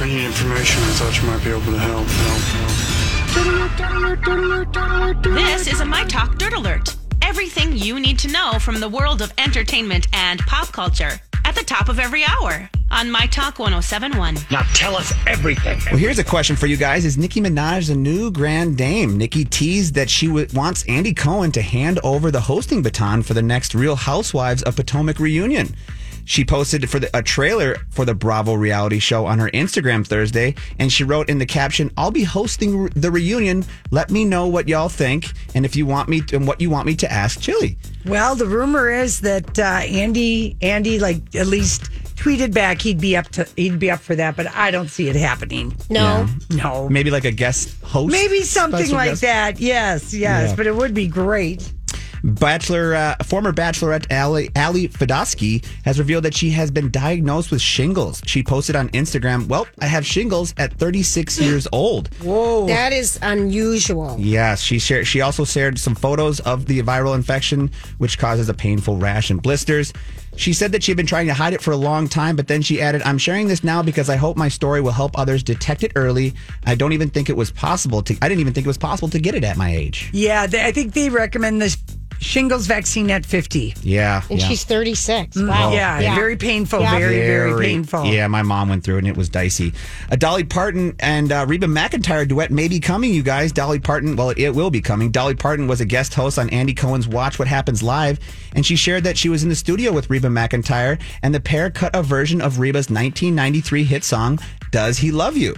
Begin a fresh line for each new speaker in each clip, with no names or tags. Any information I thought you might be able to help. help, help.
This is a My Talk Dirt Alert. Everything you need to know from the world of entertainment and pop culture at the top of every hour on My Talk 1071.
Now tell us everything.
Well, here's a question for you guys: Is Nicki Minaj the new grand dame? Nicki teased that she w- wants Andy Cohen to hand over the hosting baton for the next Real Housewives of Potomac reunion. She posted for the, a trailer for the Bravo reality show on her Instagram Thursday, and she wrote in the caption, "I'll be hosting re- the reunion. Let me know what y'all think, and if you want me to, and what you want me to ask Chili."
Well, the rumor is that uh, Andy, Andy, like at least tweeted back he'd be up to he'd be up for that, but I don't see it happening.
No.
No,
Maybe like a guest host,
maybe something
Special
like
guest?
that. Yes, yes,
Yeah.
but it would be great.
Bachelor, uh, former bachelorette Ali, Ali Fadosky has revealed that she has been diagnosed with shingles. She posted on Instagram, Well, I have shingles at 36 years old.
That is unusual.
Yes, she shared, she also shared some photos of the viral infection, which causes a painful rash and blisters. She said that she had been trying to hide it for a long time, but then she added, I'm sharing this now because I hope my story will help others detect it early. I don't even think it was possible to, I didn't even think it was possible to get it at my age.
Yeah, they, I think they recommend the shingles vaccine at fifty.
Yeah.
And
yeah.
she's 36. Wow.
yeah,
Yeah.
very painful,
Yeah.
very, very painful.
Yeah, my mom went through it and it was dicey. A Dolly Parton and uh, Reba McIntyre duet may be coming, you guys. Dolly Parton, well, it, it will be coming. Dolly Parton was a guest host on Andy Cohen's Watch What Happens Live, and she shared that she was in the studio with Reba McIntyre, and the pair cut a version of Reba's 1993 hit song, Does He Love You?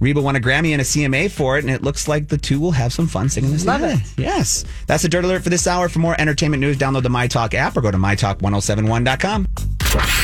Reba won a Grammy and a CMA for it, and it looks like the two will have some fun singing this Love it. Yes. That's oh the Dirt Alert for this hour. For more entertainment news, download the MyTalk app or go to MyTalk1071.com.